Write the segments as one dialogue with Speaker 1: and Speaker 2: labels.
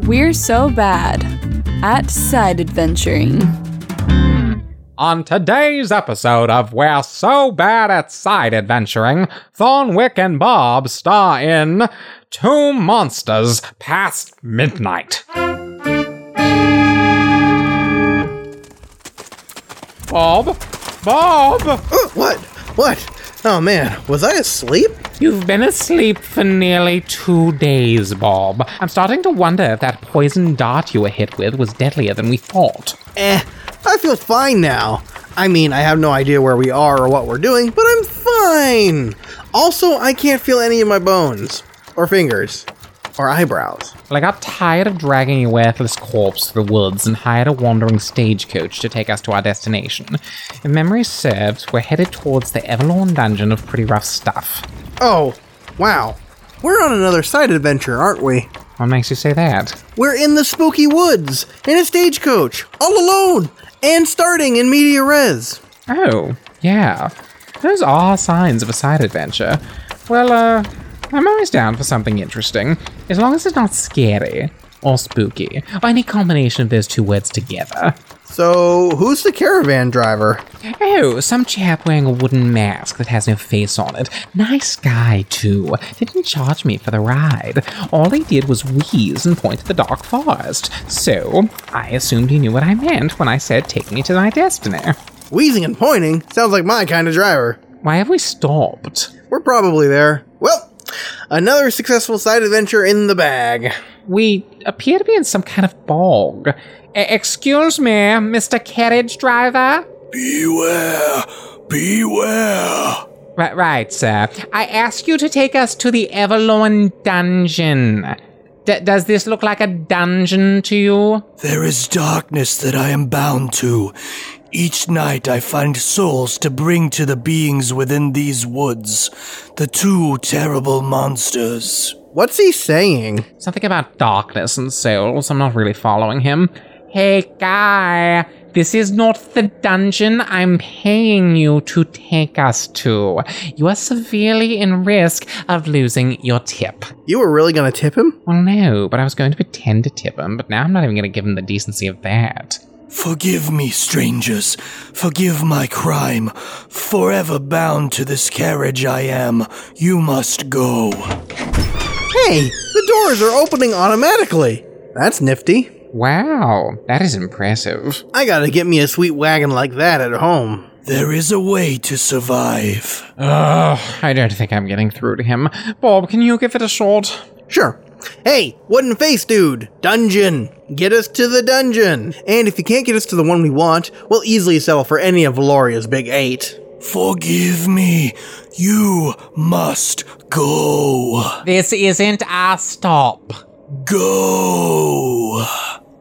Speaker 1: We're so bad at side adventuring.
Speaker 2: On today's episode of We're So Bad at Side Adventuring, Thornwick and Bob star in Two Monsters Past Midnight. Bob? Bob?
Speaker 3: What? What? Oh man, was I asleep?
Speaker 2: You've been asleep for nearly two days, Bob. I'm starting to wonder if that poison dart you were hit with was deadlier than we thought.
Speaker 3: Eh, I feel fine now. I mean, I have no idea where we are or what we're doing, but I'm fine. Also, I can't feel any of my bones, or fingers, or eyebrows.
Speaker 2: Well, I got tired of dragging your worthless corpse through the woods and hired a wandering stagecoach to take us to our destination. If memory serves, we're headed towards the Everlorn dungeon of pretty rough stuff.
Speaker 3: Oh, wow. We're on another side adventure, aren't we?
Speaker 2: What makes you say that?
Speaker 3: We're in the spooky woods, in a stagecoach, all alone, and starting in media res.
Speaker 2: Oh, yeah. Those are signs of a side adventure. Well, uh, I'm always down for something interesting, as long as it's not scary or spooky, or any combination of those two words together.
Speaker 3: So, who's the caravan driver?
Speaker 2: Oh, some chap wearing a wooden mask that has no face on it. Nice guy, too. Didn't charge me for the ride. All he did was wheeze and point to the dark forest. So, I assumed he knew what I meant when I said take me to my destiny.
Speaker 3: Wheezing and pointing sounds like my kind of driver.
Speaker 2: Why have we stopped?
Speaker 3: We're probably there. Well, another successful side adventure in the bag.
Speaker 2: We appear to be in some kind of bog. E- excuse me, Mr. Carriage Driver?
Speaker 4: Beware! Beware!
Speaker 2: Right, right, sir. I ask you to take us to the Everlorn dungeon. D- does this look like a dungeon to you?
Speaker 4: There is darkness that I am bound to. Each night I find souls to bring to the beings within these woods, the two terrible monsters.
Speaker 3: What's he saying?
Speaker 2: Something about darkness and souls. I'm not really following him. Hey, guy, this is not the dungeon I'm paying you to take us to. You are severely in risk of losing your tip.
Speaker 3: You were really gonna tip him?
Speaker 2: Well, no, but I was going to pretend to tip him, but now I'm not even going to give him the decency of that.
Speaker 4: Forgive me, strangers. Forgive my crime. Forever bound to this carriage I am. You must go.
Speaker 3: Hey, the doors are opening automatically. That's nifty.
Speaker 2: Wow, that is impressive.
Speaker 3: I gotta get me a sweet wagon like that at home.
Speaker 4: There is a way to survive.
Speaker 2: Ugh, I don't think I'm getting through to him. Bob, can you give it a shot?
Speaker 3: Sure. Hey, wooden face dude, dungeon. Get us to the dungeon. And if you can't get us to the one we want, we'll easily settle for any of Valoria's big eight.
Speaker 4: Forgive me. You must go.
Speaker 2: This isn't our stop.
Speaker 4: Go.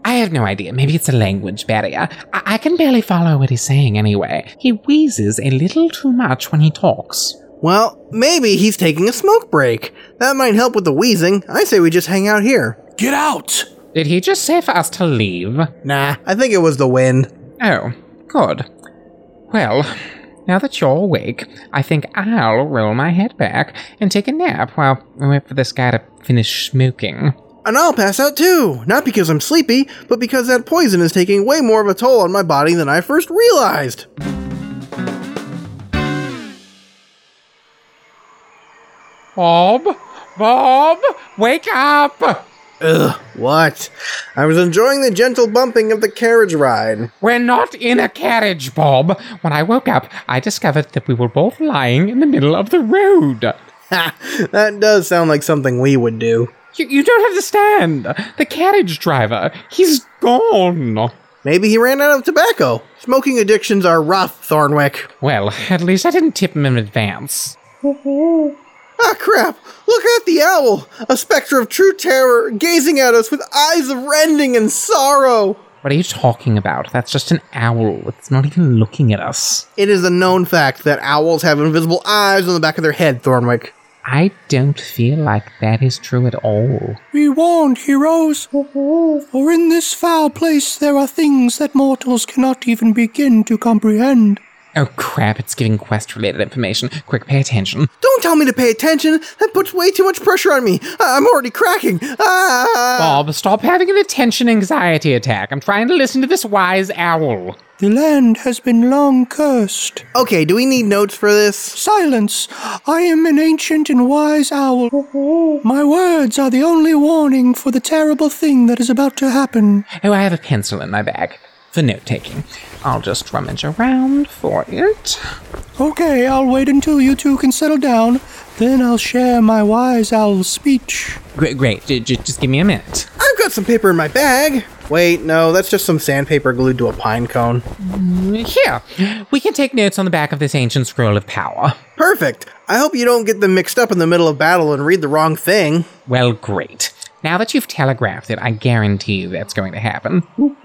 Speaker 2: I have no idea. Maybe it's a language barrier. I, I can barely follow what he's saying anyway. He wheezes a little too much when he talks.
Speaker 3: Well, maybe he's taking a smoke break. That might help with the wheezing. I say we just hang out here.
Speaker 4: Get out.
Speaker 2: Did he just say for us to leave?
Speaker 3: Nah, I think it was the wind.
Speaker 2: Oh, good. Well, now that you're awake, I think I'll roll my head back and take a nap while we wait for this guy to finish smoking.
Speaker 3: And I'll pass out too, not because I'm sleepy, but because that poison is taking way more of a toll on my body than I first realized.
Speaker 2: Bob? Bob? Wake up!
Speaker 3: Ugh, what? I was enjoying the gentle bumping of the carriage ride.
Speaker 2: We're not in a carriage, Bob. When I woke up, I discovered that we were both lying in the middle of the road.
Speaker 3: Ha, that does sound like something we would do.
Speaker 2: You, you don't understand. The carriage driver, he's gone.
Speaker 3: Maybe he ran out of tobacco. Smoking addictions are rough, Thornwick.
Speaker 2: Well, at least I didn't tip him in advance.
Speaker 3: Ah, crap! Look at the owl! A specter of true terror gazing at us with eyes of rending and sorrow!
Speaker 2: What are you talking about? That's just an owl. It's not even looking at us.
Speaker 3: It is a known fact that owls have invisible eyes on the back of their head, Thornwick.
Speaker 2: I don't feel like that is true at all.
Speaker 4: Be warned, heroes. For in this foul place there are things that mortals cannot even begin to comprehend.
Speaker 2: Oh crap, it's giving quest related information. Quick, pay attention.
Speaker 3: Don't tell me to pay attention. That puts way too much pressure on me. I- I'm already cracking. Ah!
Speaker 2: Bob, stop having an attention anxiety attack. I'm trying to listen to this wise owl.
Speaker 4: The land has been long cursed.
Speaker 3: Okay, do we need notes for this?
Speaker 4: Silence! I am an ancient and wise owl. My words are the only warning for the terrible thing that is about to happen.
Speaker 2: Oh, I have a pencil in my bag for note taking. I'll just rummage around for it.
Speaker 4: Okay, I'll wait until you two can settle down. Then I'll share my wise owl speech.
Speaker 2: Great, great. J- j- just give me a minute.
Speaker 3: I've got some paper in my bag. Wait, no, that's just some sandpaper glued to a pine cone.
Speaker 2: Here, we can take notes on the back of this ancient scroll of power.
Speaker 3: Perfect. I hope you don't get them mixed up in the middle of battle and read the wrong thing.
Speaker 2: Well, great. Now that you've telegraphed it, I guarantee you that's going to happen.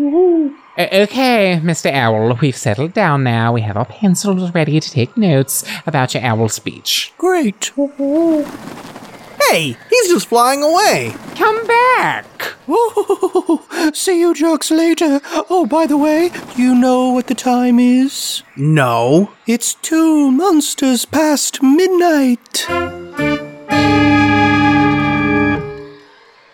Speaker 2: O- okay, Mr. Owl, we've settled down now. We have our pencils ready to take notes about your owl speech.
Speaker 4: Great.
Speaker 3: Hey, he's just flying away.
Speaker 2: Come back!
Speaker 4: See you jerks later. Oh, by the way, do you know what the time is?
Speaker 3: No.
Speaker 4: It's two monsters past midnight.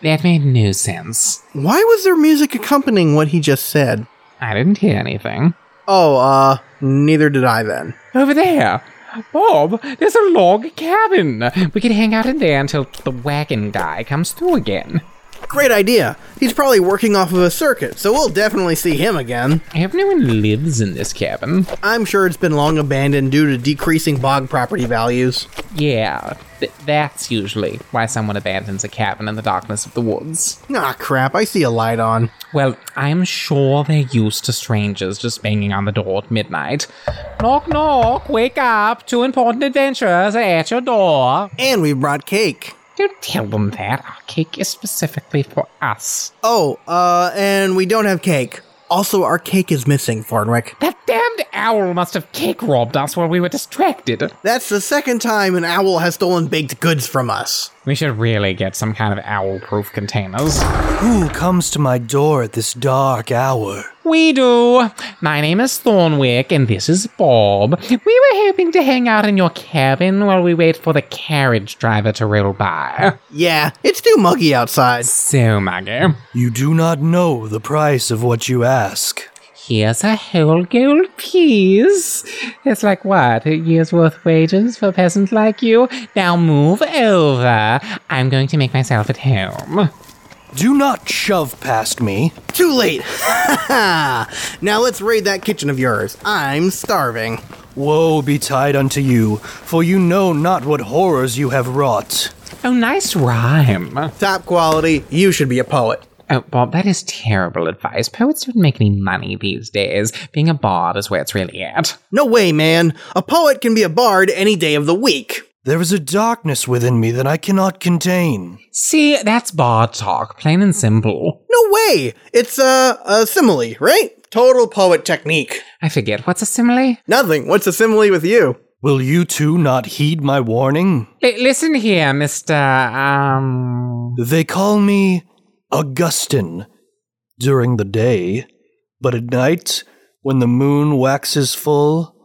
Speaker 2: That made no sense.
Speaker 3: Why was there music accompanying what he just said?
Speaker 2: I didn't hear anything.
Speaker 3: Oh, uh, neither did I then.
Speaker 2: Over there! Bob, there's a log cabin! We could hang out in there until the wagon guy comes through again.
Speaker 3: Great idea. He's probably working off of a circuit, so we'll definitely see him again.
Speaker 2: I hope no one lives in this cabin.
Speaker 3: I'm sure it's been long abandoned due to decreasing bog property values.
Speaker 2: Yeah, th- that's usually why someone abandons a cabin in the darkness of the woods.
Speaker 3: Ah, crap, I see a light on.
Speaker 2: Well, I'm sure they're used to strangers just banging on the door at midnight. Knock, knock, wake up, two important adventurers are at your door.
Speaker 3: And we brought cake.
Speaker 2: Don't tell them that. Our cake is specifically for us.
Speaker 3: Oh, uh, and we don't have cake. Also, our cake is missing, Farnwick.
Speaker 2: That damned owl must have cake robbed us while we were distracted.
Speaker 3: That's the second time an owl has stolen baked goods from us.
Speaker 2: We should really get some kind of owl proof containers.
Speaker 4: Who comes to my door at this dark hour?
Speaker 2: We do. My name is Thornwick, and this is Bob. We were hoping to hang out in your cabin while we wait for the carriage driver to roll by.
Speaker 3: Yeah, it's too muggy outside.
Speaker 2: So, Mugger,
Speaker 4: You do not know the price of what you ask.
Speaker 2: here's a whole gold piece. It's like what? A year's worth wages for a peasant like you? Now move over. I'm going to make myself at home.
Speaker 4: Do not shove past me.
Speaker 3: Too late. now let's raid that kitchen of yours. I'm starving.
Speaker 4: Woe betide unto you, for you know not what horrors you have wrought.
Speaker 2: Oh, nice rhyme.
Speaker 3: Top quality. You should be a poet.
Speaker 2: Oh, Bob, that is terrible advice. Poets don't make any money these days. Being a bard is where it's really at.
Speaker 3: No way, man. A poet can be a bard any day of the week.
Speaker 4: There is a darkness within me that I cannot contain.
Speaker 2: See, that's bar talk, plain and simple.
Speaker 3: No way. It's a, a simile, right? Total poet technique.
Speaker 2: I forget what's a simile.
Speaker 3: Nothing. What's a simile with you?
Speaker 4: Will you two not heed my warning?
Speaker 2: L- listen here, Mister. Um.
Speaker 4: They call me Augustine during the day, but at night, when the moon waxes full,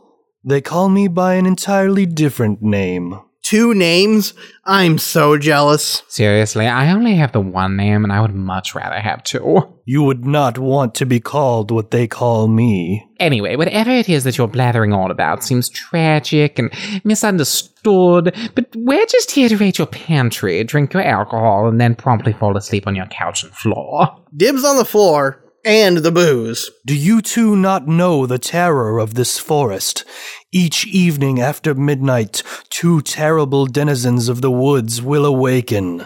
Speaker 4: they call me by an entirely different name.
Speaker 3: Two names? I'm so jealous.
Speaker 2: Seriously, I only have the one name, and I would much rather have two.
Speaker 4: You would not want to be called what they call me.
Speaker 2: Anyway, whatever it is that you're blathering on about seems tragic and misunderstood, but we're just here to raid your pantry, drink your alcohol, and then promptly fall asleep on your couch and floor.
Speaker 3: Dibs on the floor and the booze.
Speaker 4: Do you two not know the terror of this forest? Each evening after midnight, two terrible denizens of the woods will awaken.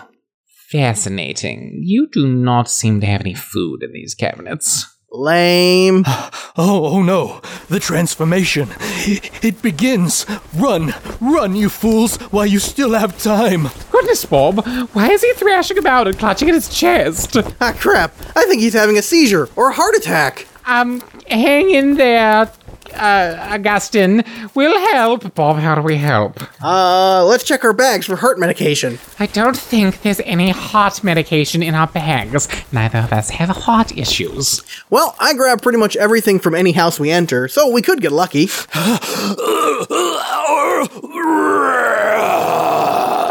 Speaker 2: Fascinating. You do not seem to have any food in these cabinets.
Speaker 3: Lame.
Speaker 4: Oh, oh no! The transformation! It, it begins! Run! Run, you fools, while you still have time!
Speaker 2: Goodness, Bob, why is he thrashing about and clutching at his chest?
Speaker 3: ah, crap. I think he's having a seizure or a heart attack.
Speaker 2: Um, hang in there. uh, Augustine will help. Bob, how do we help?
Speaker 3: Uh, let's check our bags for heart medication.
Speaker 2: I don't think there's any heart medication in our bags. Neither of us have heart issues.
Speaker 3: Well, I grabbed pretty much everything from any house we enter, so we could get lucky.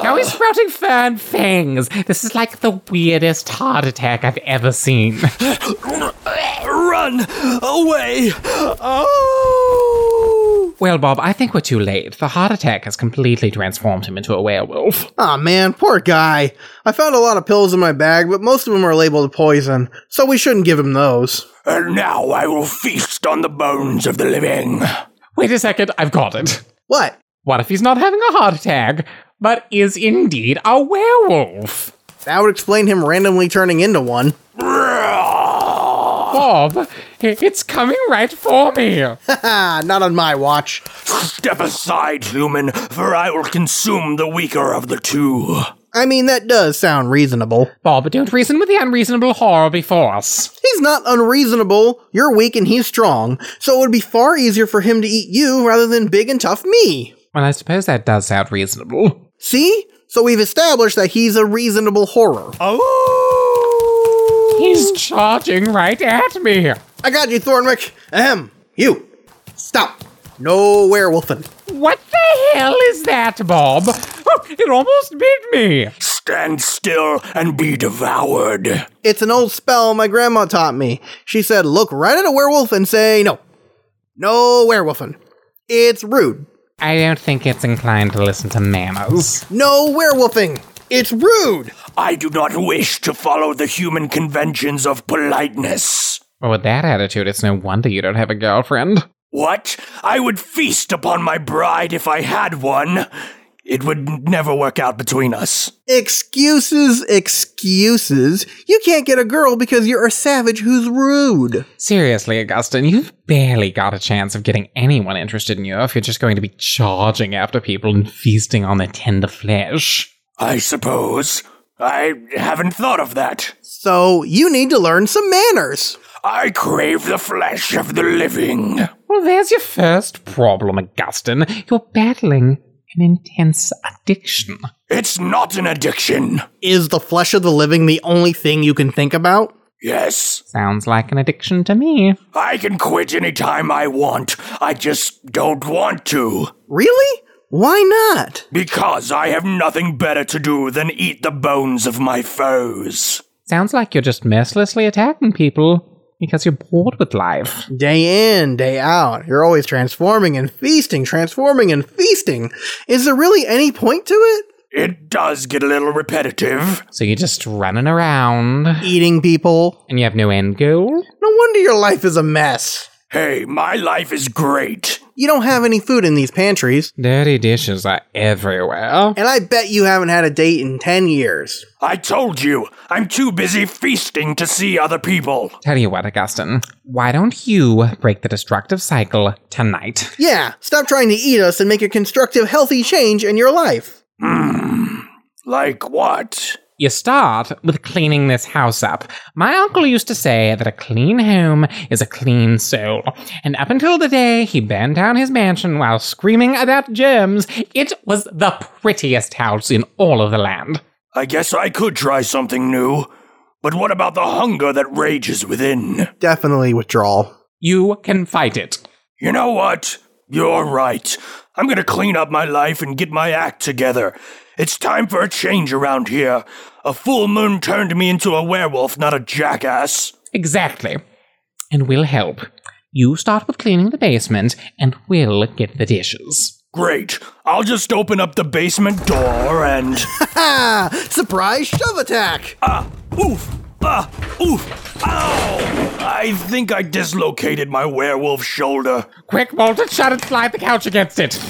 Speaker 2: Now he's sprouting fern fangs. This is like the weirdest heart attack I've ever seen.
Speaker 4: Run away! Oh!
Speaker 2: Well, Bob, I think we're too late. The heart attack has completely transformed him into a werewolf.
Speaker 3: Aw, man, poor guy. I found a lot of pills in my bag, but most of them are labeled poison, so we shouldn't give him those.
Speaker 4: And now I will feast on the bones of the living.
Speaker 2: Wait a second, I've got it.
Speaker 3: What?
Speaker 2: What if he's not having a heart attack, but is indeed a werewolf?
Speaker 3: That would explain him randomly turning into one.
Speaker 2: Bob, it's coming right for me.
Speaker 3: Ah, not on my watch.
Speaker 4: Step aside, human, for I will consume the weaker of the two.
Speaker 3: I mean, that does sound reasonable.
Speaker 2: Bob, don't reason with the unreasonable horror before us.
Speaker 3: He's not unreasonable. You're weak and he's strong, so it would be far easier for him to eat you rather than big and tough me.
Speaker 2: Well, I suppose that does sound reasonable.
Speaker 3: See? So we've established that he's a reasonable horror.
Speaker 4: Oh!
Speaker 2: He's charging right at me.
Speaker 3: I got you, Thornwick. Ahem. You. Stop. No werewolfing.
Speaker 2: What the hell is that, Bob? Oh, it almost bit me.
Speaker 4: Stand still and be devoured.
Speaker 3: It's an old spell my grandma taught me. She said, look right at a werewolf and say no. No werewolfing. It's rude.
Speaker 2: I don't think it's inclined to listen to manners.
Speaker 3: No werewolfing. It's rude.
Speaker 4: I do not wish to follow the human conventions of politeness.
Speaker 2: Well, with that attitude, it's no wonder you don't have a girlfriend.
Speaker 4: What? I would feast upon my bride if I had one. It would never work out between us.
Speaker 3: Excuses, excuses. You can't get a girl because you're a savage who's rude.
Speaker 2: Seriously, Augustine, you've barely got a chance of getting anyone interested in you if you're just going to be charging after people and feasting on their tender flesh.
Speaker 4: I suppose. I haven't thought of that.
Speaker 3: So you need to learn some manners.
Speaker 4: I crave the flesh of the living.
Speaker 2: Well, there's your first problem, Augustine. You're battling an intense addiction.
Speaker 4: It's not an addiction.
Speaker 3: Is the flesh of the living the only thing you can think about?
Speaker 4: Yes,
Speaker 2: Sounds like an addiction to me.
Speaker 4: I can quit any time I want. I just don't want to.
Speaker 3: Really? Why not?
Speaker 4: Because I have nothing better to do than eat the bones of my foes.
Speaker 2: Sounds like you're just mercilessly attacking people because you're bored with life.
Speaker 3: Day in, day out, you're always transforming and feasting, transforming and feasting. Is there really any point to it?
Speaker 4: It does get a little repetitive.
Speaker 2: So you're just running around
Speaker 3: Eating people.
Speaker 2: and you have no end goal?
Speaker 3: No wonder your life is a mess.
Speaker 4: Hey, my life is great.
Speaker 3: You don't have any food in these pantries,
Speaker 2: Dirty dishes are everywhere.
Speaker 3: and I bet you haven't had a date in 10 years.
Speaker 4: I told you, I'm too busy feasting to see other people.
Speaker 2: Tell you what, Augustine, why don't you break the destructive cycle tonight?
Speaker 3: Yeah, stop trying to eat us and make a constructive, healthy change in your life.
Speaker 4: Like what?
Speaker 2: You start with cleaning this house up. My uncle used to say that a clean home is a clean soul. And up until the day he burned down his mansion while screaming about germs, it was the prettiest house in all of the land.
Speaker 4: I guess I could try something new. But what about the hunger that rages within?
Speaker 3: Definitely withdrawal.
Speaker 2: You can fight it.
Speaker 4: You know what? You're right. I'm gonna clean up my life and get my act together. It's time for a change around here. A full moon turned me into a werewolf, not a jackass.
Speaker 2: Exactly. And we'll help. You start with cleaning the basement, and we'll get the dishes.
Speaker 4: Great. I'll just open up the basement door and.
Speaker 3: Ah, surprise shove attack!
Speaker 4: Oof! Ah! Oof! Ow! I think I dislocated my werewolf shoulder.
Speaker 2: Quick, bolt it shut and slide the couch against it.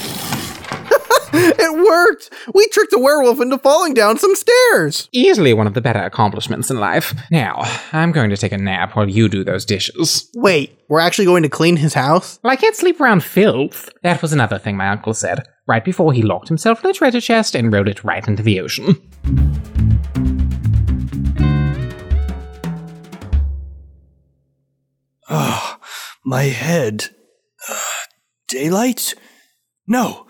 Speaker 3: It worked! We tricked a werewolf into falling down some stairs!
Speaker 2: Easily one of the better accomplishments in life. Now, I'm going to take a nap while you do those dishes.
Speaker 3: Wait, we're actually going to clean his house?
Speaker 2: Well, I can't sleep around filth. That was another thing my uncle said, right before he locked himself in a treasure chest and rode it right into the ocean.
Speaker 4: My head. Daylight? No,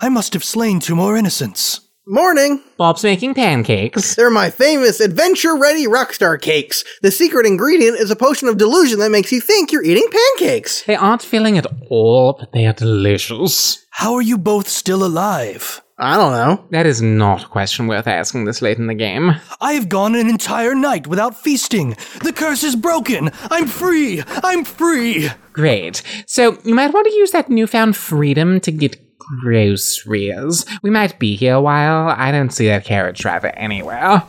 Speaker 4: I must have slain two more innocents.
Speaker 3: Morning!
Speaker 2: Bob's making pancakes.
Speaker 3: They're my famous adventure ready rockstar cakes. The secret ingredient is a potion of delusion that makes you think you're eating pancakes.
Speaker 2: They aren't filling at all, but they are delicious.
Speaker 4: How are you both still alive?
Speaker 3: I don't know.
Speaker 2: That is not a question worth asking this late in the game.
Speaker 4: I have gone an entire night without feasting. The curse is broken. I'm free. I'm free.
Speaker 2: Great. So, you might want to use that newfound freedom to get groceries. We might be here a while. I don't see that carriage driver anywhere.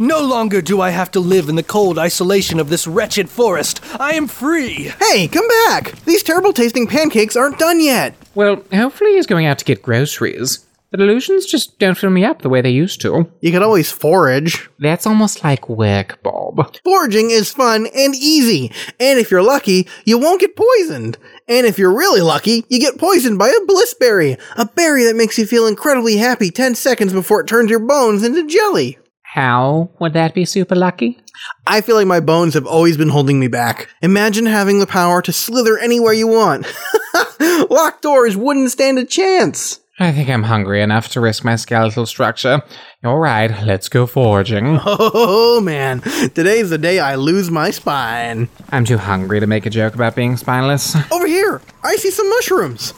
Speaker 4: No longer do I have to live in the cold isolation of this wretched forest. I am free.
Speaker 3: Hey, come back! These terrible tasting pancakes aren't done yet.
Speaker 2: Well, hopefully he's going out to get groceries. The delusions just don't fill me up the way they used to.
Speaker 3: You could always forage.
Speaker 2: That's almost like work, Bob.
Speaker 3: Foraging is fun and easy, and if you're lucky, you won't get poisoned. And if you're really lucky, you get poisoned by a blissberry, a berry that makes you feel incredibly happy 10 seconds before it turns your bones into jelly.
Speaker 2: How would that be super lucky?
Speaker 3: I feel like my bones have always been holding me back. Imagine having the power to slither anywhere you want. Locked doors wouldn't stand a chance.
Speaker 2: I think I'm hungry enough to risk my skeletal structure. All right, let's go foraging.
Speaker 3: Oh man, today's the day I lose my spine.
Speaker 2: I'm too hungry to make a joke about being spineless.
Speaker 3: Over here, I see some mushrooms.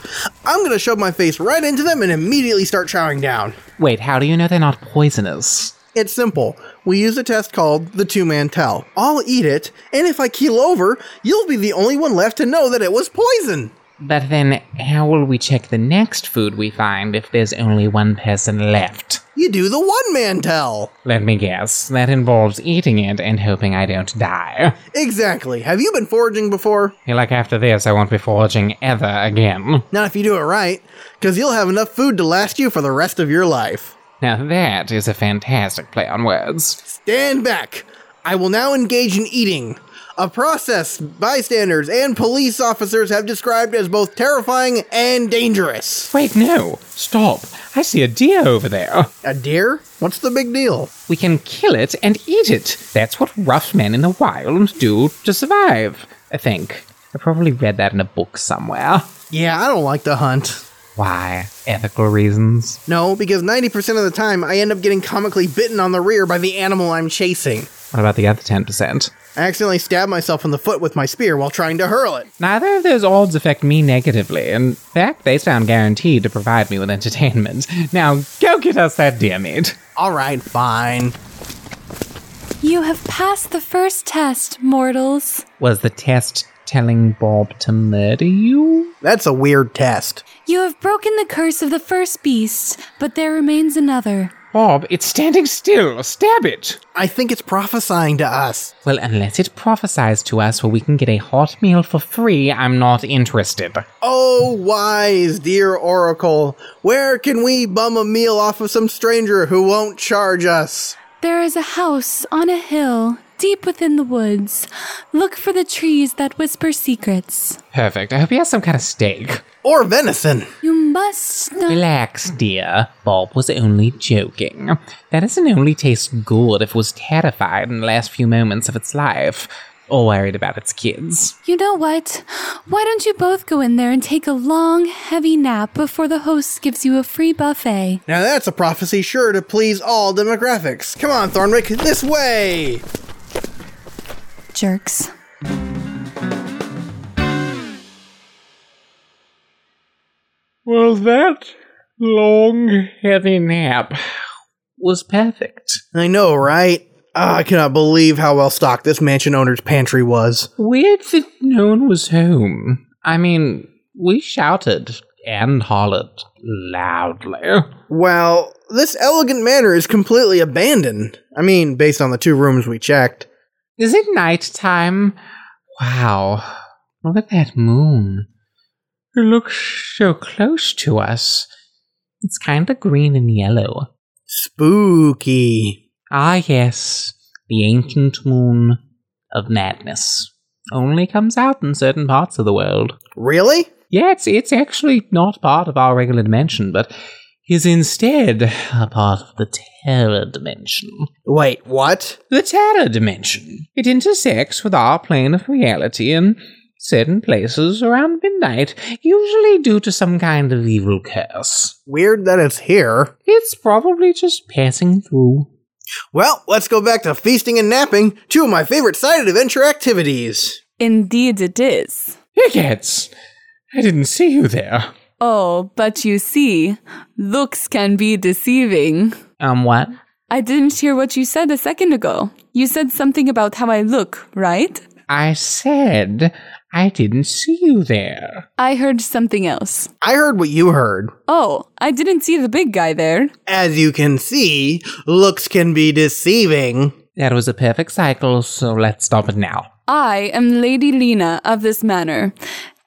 Speaker 3: I'm gonna shove my face right into them and immediately start chowing down.
Speaker 2: Wait, how do you know they're not poisonous?
Speaker 3: It's simple. We use a test called the two man tell. I'll eat it, and if I keel over, you'll be the only one left to know that it was poison.
Speaker 2: But then, how will we check the next food we find if there's only one person left?
Speaker 3: You do the one man tell.
Speaker 2: Let me guess, that involves eating it and hoping I don't die.
Speaker 3: Exactly. Have you been foraging before?
Speaker 2: I feel like after this, I won't be foraging ever again.
Speaker 3: Not if you do it right, because you'll have enough food to last you for the rest of your life.
Speaker 2: Now, that is a fantastic play on words.
Speaker 3: Stand back! I will now engage in eating. A process bystanders and police officers have described as both terrifying and dangerous.
Speaker 2: Wait, no! Stop! I see a deer over there!
Speaker 3: A deer? What's the big deal?
Speaker 2: We can kill it and eat it! That's what rough men in the wild do to survive, I think. I probably read that in a book somewhere.
Speaker 3: Yeah, I don't like to hunt.
Speaker 2: Why? Ethical reasons?
Speaker 3: No, because 90% of the time I end up getting comically bitten on the rear by the animal I'm chasing.
Speaker 2: What about the other 10%?
Speaker 3: I accidentally stabbed myself in the foot with my spear while trying to hurl it.
Speaker 2: Neither of those odds affect me negatively. In fact, they sound guaranteed to provide me with entertainment. Now, go get us that deer meat.
Speaker 3: Alright, fine.
Speaker 1: You have passed the first test, mortals.
Speaker 2: Was the test telling Bob to murder you?
Speaker 3: That's a weird test.
Speaker 1: You have broken the curse of the first beast, but there remains another.
Speaker 2: Bob, it's standing still. Stab it.
Speaker 3: I think it's prophesying to us.
Speaker 2: Well, unless it prophesies to us where we can get a hot meal for free, I'm not interested.
Speaker 3: Oh, wise dear Oracle, where can we bum a meal off of some stranger who won't charge us?
Speaker 1: There is a house on a hill, deep within the woods. Look for the trees that whisper secrets.
Speaker 2: Perfect. I hope he has some kind of steak.
Speaker 3: Or venison.
Speaker 1: You must not.
Speaker 2: Relax, dear. Bob was only joking. That doesn't only taste good if it was terrified in the last few moments of its life, or worried about its kids.
Speaker 1: You know what? Why don't you both go in there and take a long, heavy nap before the host gives you a free buffet?
Speaker 3: Now that's a prophecy sure to please all demographics. Come on, Thornwick, this way!
Speaker 1: Jerks.
Speaker 2: Well, that long, heavy nap was perfect.
Speaker 3: I know, right? Ah, I cannot believe how well stocked this mansion owner's pantry was.
Speaker 2: Weird that no one was home. I mean, we shouted and hollered loudly.
Speaker 3: Well, this elegant manor is completely abandoned. I mean, based on the two rooms we checked.
Speaker 2: Is it night time? Wow. Look at that moon. It looks so close to us. It's kind of green and yellow.
Speaker 3: Spooky.
Speaker 2: Ah, yes, the ancient moon of madness. Only comes out in certain parts of the world.
Speaker 3: Really?
Speaker 2: Yeah, it's, it's actually not part of our regular dimension, but is instead a part of the terror dimension.
Speaker 3: Wait, what?
Speaker 2: The terror dimension. It intersects with our plane of reality and certain places around midnight, usually due to some kind of evil curse.
Speaker 3: Weird that it's here.
Speaker 2: It's probably just passing through.
Speaker 3: Well, let's go back to feasting and napping, two of my favorite side adventure activities.
Speaker 1: Indeed it is.
Speaker 2: Higgins! I didn't see you there.
Speaker 1: Oh, but you see, looks can be deceiving.
Speaker 2: Um, what?
Speaker 1: I didn't hear what you said a second ago. You said something about how I look, right?
Speaker 2: I said I didn't see you there.
Speaker 1: I heard something else.
Speaker 3: I heard what you heard.
Speaker 1: Oh, I didn't see the big guy there.
Speaker 3: As you can see, looks can be deceiving.
Speaker 2: That was a perfect cycle, so let's stop it now.
Speaker 1: I am Lady Lena of this manor.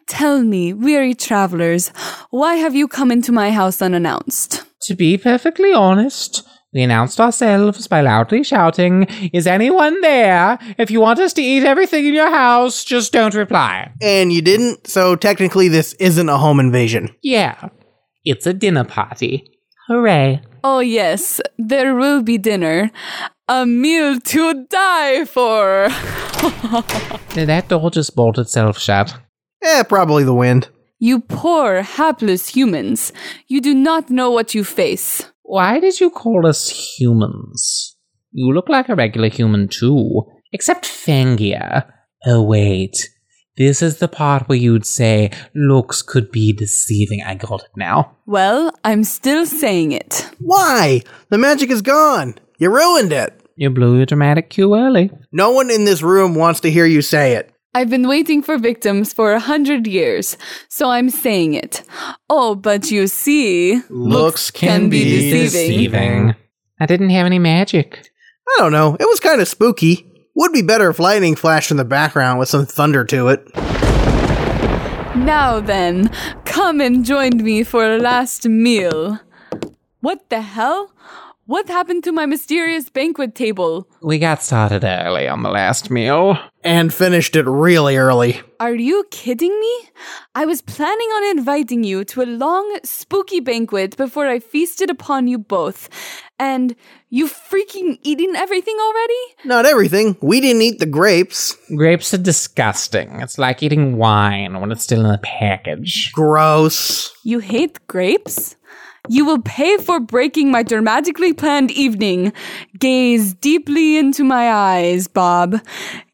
Speaker 1: Tell me, weary travelers, why have you come into my house unannounced?
Speaker 2: To be perfectly honest, we announced ourselves by loudly shouting, Is anyone there? If you want us to eat everything in your house, just don't reply.
Speaker 3: And you didn't, so technically this isn't a home invasion.
Speaker 2: Yeah, it's a dinner party. Hooray.
Speaker 1: Oh, yes, there will be dinner. A meal to die for.
Speaker 2: Did that door just bolt itself shut?
Speaker 3: Eh, probably the wind.
Speaker 1: You poor, hapless humans. You do not know what you face.
Speaker 2: Why did you call us humans? You look like a regular human too, except Fangia. Oh, wait. This is the part where you'd say looks could be deceiving. I got it now.
Speaker 1: Well, I'm still saying it.
Speaker 3: Why? The magic is gone. You ruined it.
Speaker 2: You blew your dramatic cue early.
Speaker 3: No one in this room wants to hear you say it.
Speaker 1: I've been waiting for victims for a hundred years, so I'm saying it. Oh, but you see.
Speaker 3: Looks
Speaker 1: can be deceiving.
Speaker 2: I didn't have any magic.
Speaker 3: I don't know. It was kind of spooky. Would be better if lightning flashed in the background with some thunder to it.
Speaker 1: Now then, come and join me for a last meal. What the hell? What happened to my mysterious banquet table?
Speaker 2: We got started early on the last meal.
Speaker 3: And finished it really early.
Speaker 1: Are you kidding me? I was planning on inviting you to a long, spooky banquet before I feasted upon you both. And you freaking eating everything already?
Speaker 3: Not everything. We didn't eat the grapes.
Speaker 2: Grapes are disgusting. It's like eating wine when it's still in a package.
Speaker 3: Gross.
Speaker 1: You hate grapes? You will pay for breaking my dramatically planned evening. Gaze deeply into my eyes, Bob.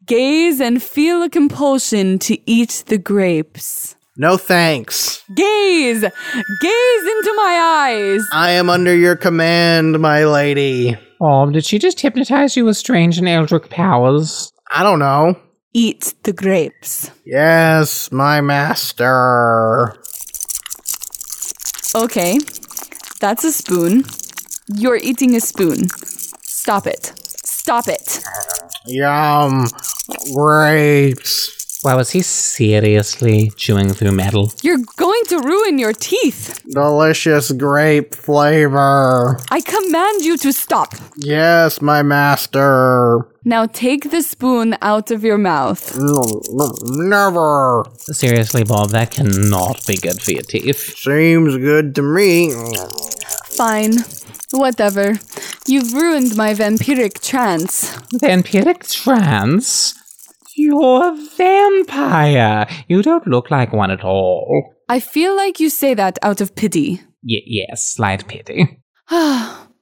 Speaker 1: Gaze and feel a compulsion to eat the grapes.
Speaker 3: No thanks.
Speaker 1: Gaze! Gaze into my eyes!
Speaker 3: I am under your command, my lady.
Speaker 2: Oh, did she just hypnotize you with strange and eldritch powers?
Speaker 3: I don't know.
Speaker 1: Eat the grapes.
Speaker 3: Yes, my master.
Speaker 1: Okay, that's a spoon. You're eating a spoon. Stop it. Stop it.
Speaker 3: Yum. Grapes.
Speaker 2: Why was he seriously chewing through metal?
Speaker 1: You're going to ruin your teeth.
Speaker 3: Delicious grape flavor.
Speaker 1: I command you to stop.
Speaker 3: Yes, my master.
Speaker 1: Now take the spoon out of your mouth.
Speaker 3: Never.
Speaker 2: Seriously, Bob, that cannot be good for your teeth.
Speaker 3: Seems good to me.
Speaker 1: Fine. Whatever. You've ruined my vampiric trance.
Speaker 2: Vampiric trance? You're a vampire! You don't look like one at all.
Speaker 1: I feel like you say that out of pity.
Speaker 2: Y- yes, slight pity.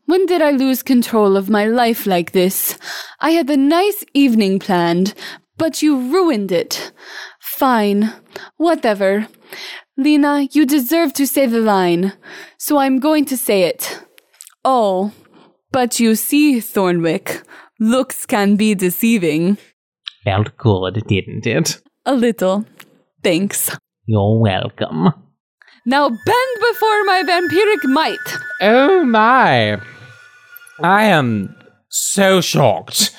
Speaker 1: When did I lose control of my life like this? I had a nice evening planned, but you ruined it. Fine. Whatever. Lena, you deserve to say the line, so I'm going to say it. Oh, but you see, Thornwick, looks can be deceiving.
Speaker 2: Felt good, didn't it?
Speaker 1: A little. Thanks.
Speaker 2: You're welcome.
Speaker 1: Now bend before my vampiric might.
Speaker 2: Oh my! I am so shocked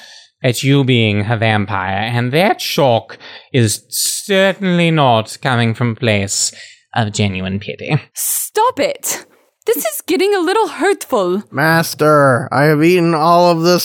Speaker 2: at you being a vampire, and that shock is certainly not coming from a place of genuine pity.
Speaker 1: Stop it! This is getting a little hurtful.
Speaker 3: Master, I have eaten all of the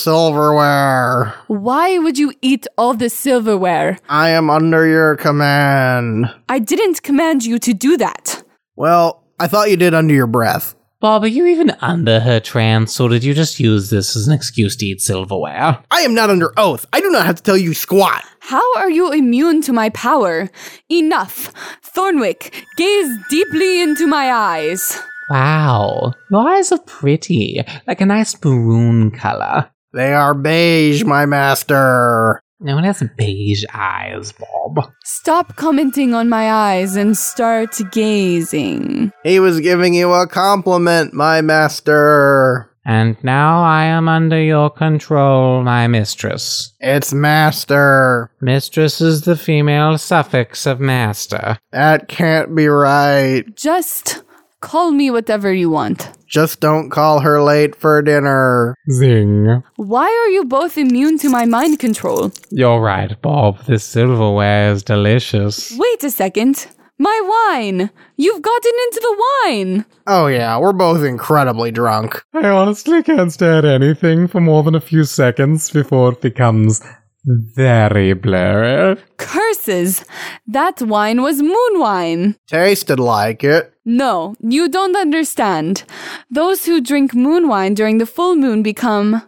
Speaker 3: silverware.
Speaker 1: Why would you eat all the silverware?
Speaker 3: I am under your command.
Speaker 1: I didn't command you to do that.
Speaker 3: Well, I thought you did under your breath.
Speaker 2: Bob, are you even under her trance, or did you just use this as an excuse to eat silverware?
Speaker 3: I am not under oath. I do not have to tell you squat.
Speaker 1: How are you immune to my power? Enough! Thornwick, gaze deeply into my eyes.
Speaker 2: Wow, your eyes are pretty, like a nice maroon color.
Speaker 3: They are beige, my master.
Speaker 2: No one has beige eyes, Bob.
Speaker 1: Stop commenting on my eyes and start gazing.
Speaker 3: He was giving you a compliment, my master.
Speaker 2: And now I am under your control, my mistress.
Speaker 3: It's master.
Speaker 2: Mistress is the female suffix of master.
Speaker 3: That can't be right.
Speaker 1: Just call me whatever you want.
Speaker 3: Just don't call her late for dinner.
Speaker 2: Zing.
Speaker 1: Why are you both immune to my mind control?
Speaker 2: You're right, Bob. This silverware is delicious.
Speaker 1: Wait a second. My wine! You've gotten into the wine!
Speaker 3: Oh, yeah, we're both incredibly drunk.
Speaker 2: I honestly can't stare at anything for more than a few seconds before it becomes very blurry.
Speaker 1: Curses! That wine was moon wine!
Speaker 3: Tasted like it.
Speaker 1: No, you don't understand. Those who drink moon wine during the full moon become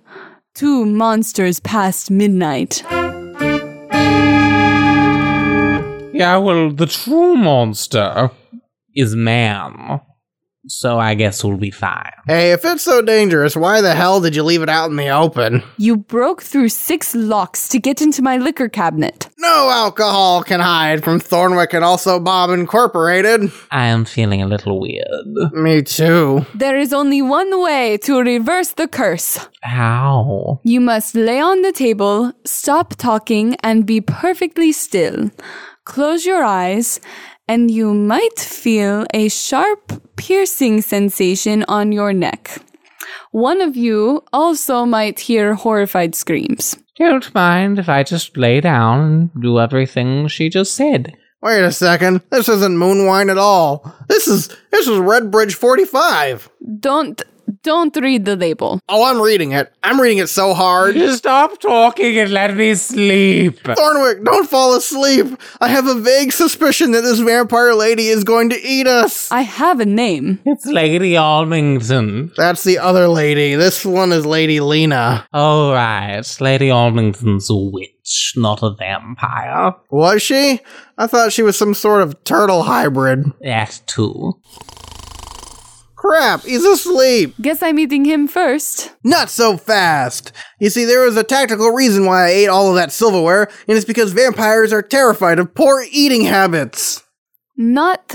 Speaker 1: two monsters past midnight.
Speaker 2: Yeah, well, the true monster is man. So I guess we'll be fine.
Speaker 3: Hey, if it's so dangerous, why the hell did you leave it out in the open?
Speaker 1: You broke through six locks to get into my liquor cabinet.
Speaker 3: No alcohol can hide from Thornwick and also Bob Incorporated.
Speaker 2: I am feeling a little weird.
Speaker 3: Me too.
Speaker 1: There is only one way to reverse the curse.
Speaker 2: How?
Speaker 1: You must lay on the table, stop talking, and be perfectly still. Close your eyes, and you might feel a sharp, piercing sensation on your neck. One of you also might hear horrified screams.
Speaker 2: Don't mind if I just lay down and do everything she just said.
Speaker 3: Wait a second. This isn't moon wine at all. This is this is Redbridge 45.
Speaker 1: Don't don't read the label.
Speaker 3: Oh, I'm reading it. I'm reading it so hard.
Speaker 2: Just stop talking and let me sleep.
Speaker 3: Thornwick, don't fall asleep. I have a vague suspicion that this vampire lady is going to eat us.
Speaker 1: I have a name.
Speaker 2: It's Lady Almington.
Speaker 3: That's the other lady. This one is Lady Lena.
Speaker 2: All right, Lady Almington's a witch, not a vampire.
Speaker 3: Was she? I thought she was some sort of turtle hybrid.
Speaker 2: That too.
Speaker 3: Crap, he's asleep.
Speaker 1: Guess I'm eating him first.
Speaker 3: Not so fast. You see, there was a tactical reason why I ate all of that silverware, and it's because vampires are terrified of poor eating habits.
Speaker 1: Not.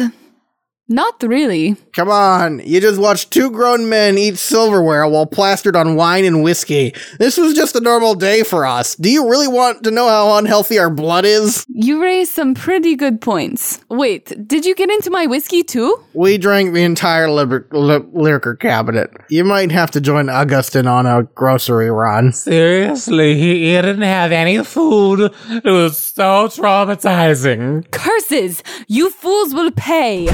Speaker 1: Not really.
Speaker 3: Come on, you just watched two grown men eat silverware while plastered on wine and whiskey. This was just a normal day for us. Do you really want to know how unhealthy our blood is?
Speaker 1: You raised some pretty good points. Wait, did you get into my whiskey too?
Speaker 3: We drank the entire liber- li- liquor cabinet. You might have to join Augustine on a grocery run.
Speaker 2: Seriously, he didn't have any food. It was so traumatizing.
Speaker 1: Curses! You fools will pay!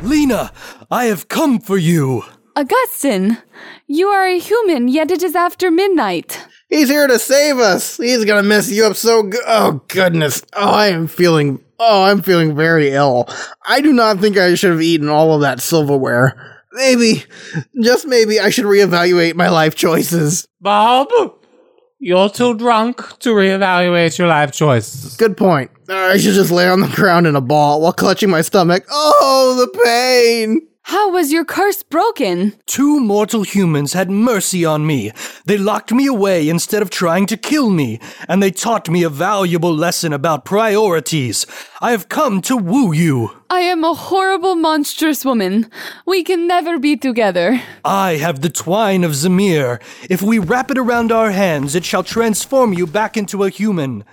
Speaker 4: Lena, I have come for you.
Speaker 1: Augustine, you are a human, yet it is after midnight.
Speaker 3: He's here to save us. He's gonna mess you up so good. Oh goodness. Oh, I am feeling. Oh, I'm feeling very ill. I do not think I should have eaten all of that silverware. Maybe, just maybe, I should reevaluate my life choices.
Speaker 2: Bob, you're too drunk to reevaluate your life choices.
Speaker 3: Good point. Uh, I should just lay on the ground in a ball while clutching my stomach. Oh, the pain.
Speaker 1: How was your curse broken?
Speaker 4: Two mortal humans had mercy on me. They locked me away instead of trying to kill me, and they taught me a valuable lesson about priorities. I have come to woo you.
Speaker 1: I am a horrible, monstrous woman. We can never be together.
Speaker 4: I have the twine of Zamir. If we wrap it around our hands, it shall transform you back into a human.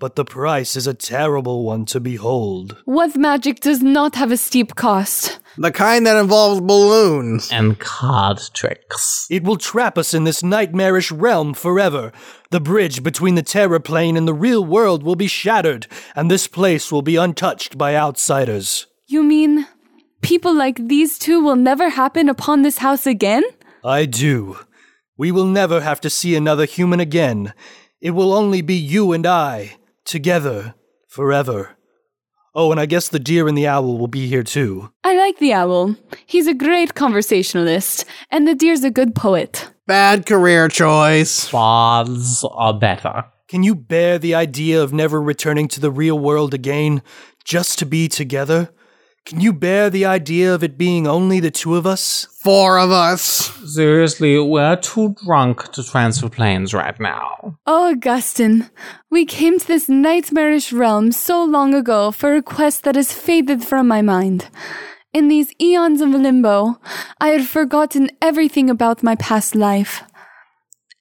Speaker 4: But the price is a terrible one to behold.
Speaker 1: What magic does not have a steep cost?
Speaker 3: The kind that involves balloons.
Speaker 2: And card tricks.
Speaker 4: It will trap us in this nightmarish realm forever. The bridge between the terror plane and the real world will be shattered, and this place will be untouched by outsiders.
Speaker 1: You mean people like these two will never happen upon this house again?
Speaker 4: I do. We will never have to see another human again. It will only be you and I, together, forever. Oh, and I guess the deer and the owl will be here too.
Speaker 1: I like the owl. He's a great conversationalist, and the deer's a good poet.
Speaker 3: Bad career choice.
Speaker 5: Faths are better.
Speaker 4: Can you bear the idea of never returning to the real world again just to be together? Can you bear the idea of it being only the two of us?
Speaker 3: Four of us.
Speaker 6: Seriously, we're too drunk to transfer planes right now.
Speaker 1: Oh, Augustine, we came to this nightmarish realm so long ago for a quest that has faded from my mind. In these eons of limbo, I had forgotten everything about my past life.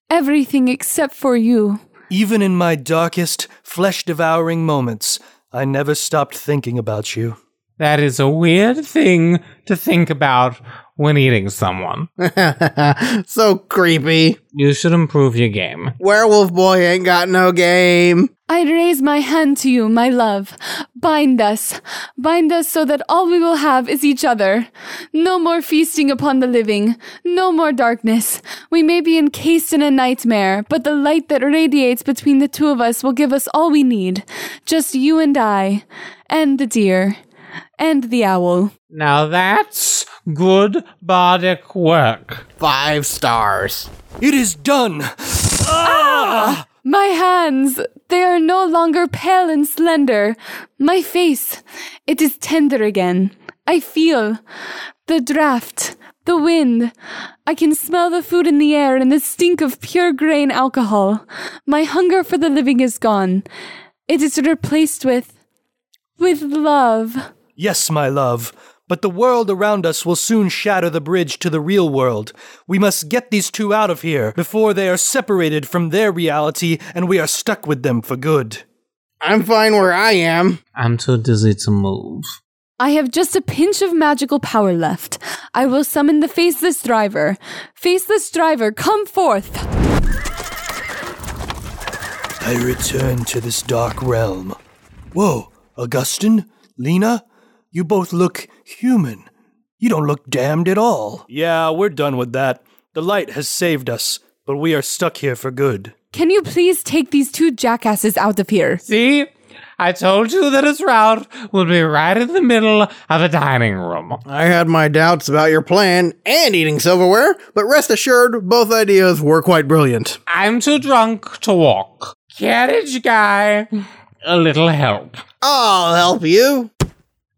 Speaker 1: Everything except for you.
Speaker 4: Even in my darkest, flesh devouring moments, I never stopped thinking about you.
Speaker 6: That is a weird thing to think about when eating someone.
Speaker 3: so creepy.
Speaker 6: You should improve your game.
Speaker 3: Werewolf boy ain't got no game.
Speaker 1: I raise my hand to you, my love. Bind us. Bind us so that all we will have is each other. No more feasting upon the living. No more darkness. We may be encased in a nightmare, but the light that radiates between the two of us will give us all we need. Just you and I. And the deer. And the owl.
Speaker 6: Now that's good bardic work.
Speaker 3: Five stars.
Speaker 4: It is done!
Speaker 1: My hands! They are no longer pale and slender. My face! It is tender again. I feel the draft, the wind. I can smell the food in the air and the stink of pure grain alcohol. My hunger for the living is gone. It is replaced with. with love.
Speaker 4: Yes, my love, but the world around us will soon shatter the bridge to the real world. We must get these two out of here before they are separated from their reality and we are stuck with them for good.
Speaker 3: I'm fine where I am.
Speaker 6: I'm too dizzy to move.
Speaker 1: I have just a pinch of magical power left. I will summon the faceless driver. Faceless driver, come forth!
Speaker 4: I return to this dark realm. Whoa, Augustine, Lena, you both look human. You don't look damned at all. Yeah, we're done with that. The light has saved us, but we are stuck here for good.
Speaker 1: Can you please take these two jackasses out of here?
Speaker 6: See? I told you that his route would be right in the middle of a dining room.
Speaker 3: I had my doubts about your plan and eating silverware, but rest assured, both ideas were quite brilliant.
Speaker 6: I'm too drunk to walk. Carriage guy, a little help.
Speaker 3: I'll help you.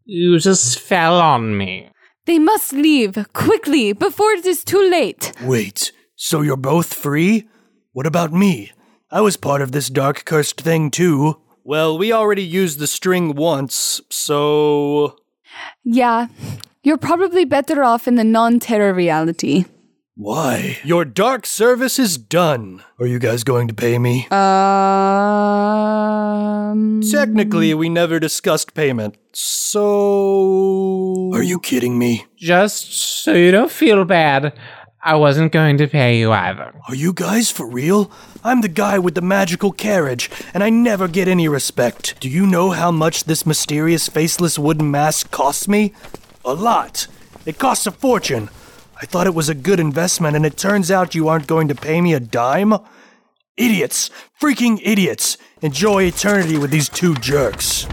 Speaker 6: You just fell on me.
Speaker 1: They must leave quickly before it is too late.
Speaker 4: Wait, so you're both free? What about me? I was part of this dark cursed thing too. Well, we already used the string once, so.
Speaker 1: Yeah, you're probably better off in the non terror reality.
Speaker 4: Why? Your dark service is done. Are you guys going to pay me?
Speaker 1: Um.
Speaker 4: Technically, we never discussed payment, so. Are you kidding me?
Speaker 6: Just so you don't feel bad, I wasn't going to pay you either.
Speaker 4: Are you guys for real? I'm the guy with the magical carriage, and I never get any respect. Do you know how much this mysterious faceless wooden mask cost me? A lot. It costs a fortune. I thought it was a good investment, and it turns out you aren't going to pay me a dime? Idiots! Freaking idiots! Enjoy eternity with these two jerks.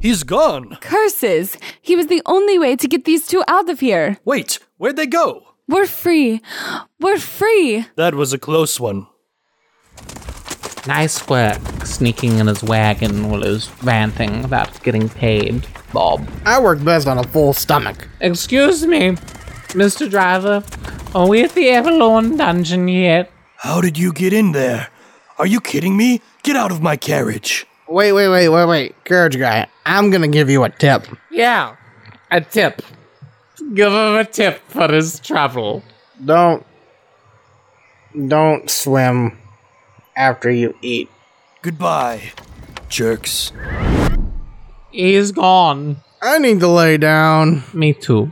Speaker 4: He's gone!
Speaker 1: Curses! He was the only way to get these two out of here.
Speaker 4: Wait, where'd they go?
Speaker 1: We're free. We're free.
Speaker 4: That was a close one.
Speaker 6: Nice work sneaking in his wagon while he was ranting about getting paid, Bob.
Speaker 3: I work best on a full stomach.
Speaker 6: Excuse me, Mr. Driver. Are we at the Avalon dungeon yet?
Speaker 4: How did you get in there? Are you kidding me? Get out of my carriage.
Speaker 3: Wait, wait, wait, wait, wait. Carriage guy, I'm gonna give you a tip.
Speaker 6: Yeah, a tip. Give him a tip for his trouble.
Speaker 3: Don't. Don't swim after you eat.
Speaker 4: Goodbye, jerks.
Speaker 6: He's gone.
Speaker 3: I need to lay down.
Speaker 6: Me too.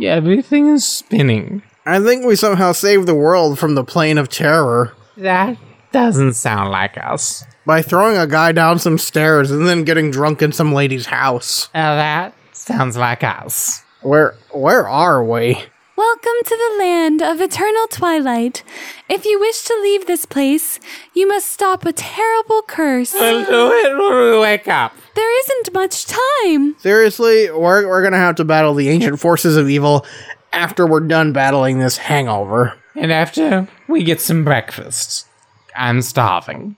Speaker 6: Yeah, everything is spinning.
Speaker 3: I think we somehow saved the world from the plane of terror
Speaker 6: That doesn't sound like us.
Speaker 3: by throwing a guy down some stairs and then getting drunk in some lady's house.
Speaker 6: Now Oh, that sounds like us.
Speaker 3: Where where are we?
Speaker 1: Welcome to the land of eternal twilight. If you wish to leave this place, you must stop a terrible curse.
Speaker 6: We'll do it when we wake up.
Speaker 1: There isn't much time.
Speaker 3: Seriously, we're we're gonna have to battle the ancient forces of evil after we're done battling this hangover.
Speaker 6: And after we get some breakfast, I'm starving.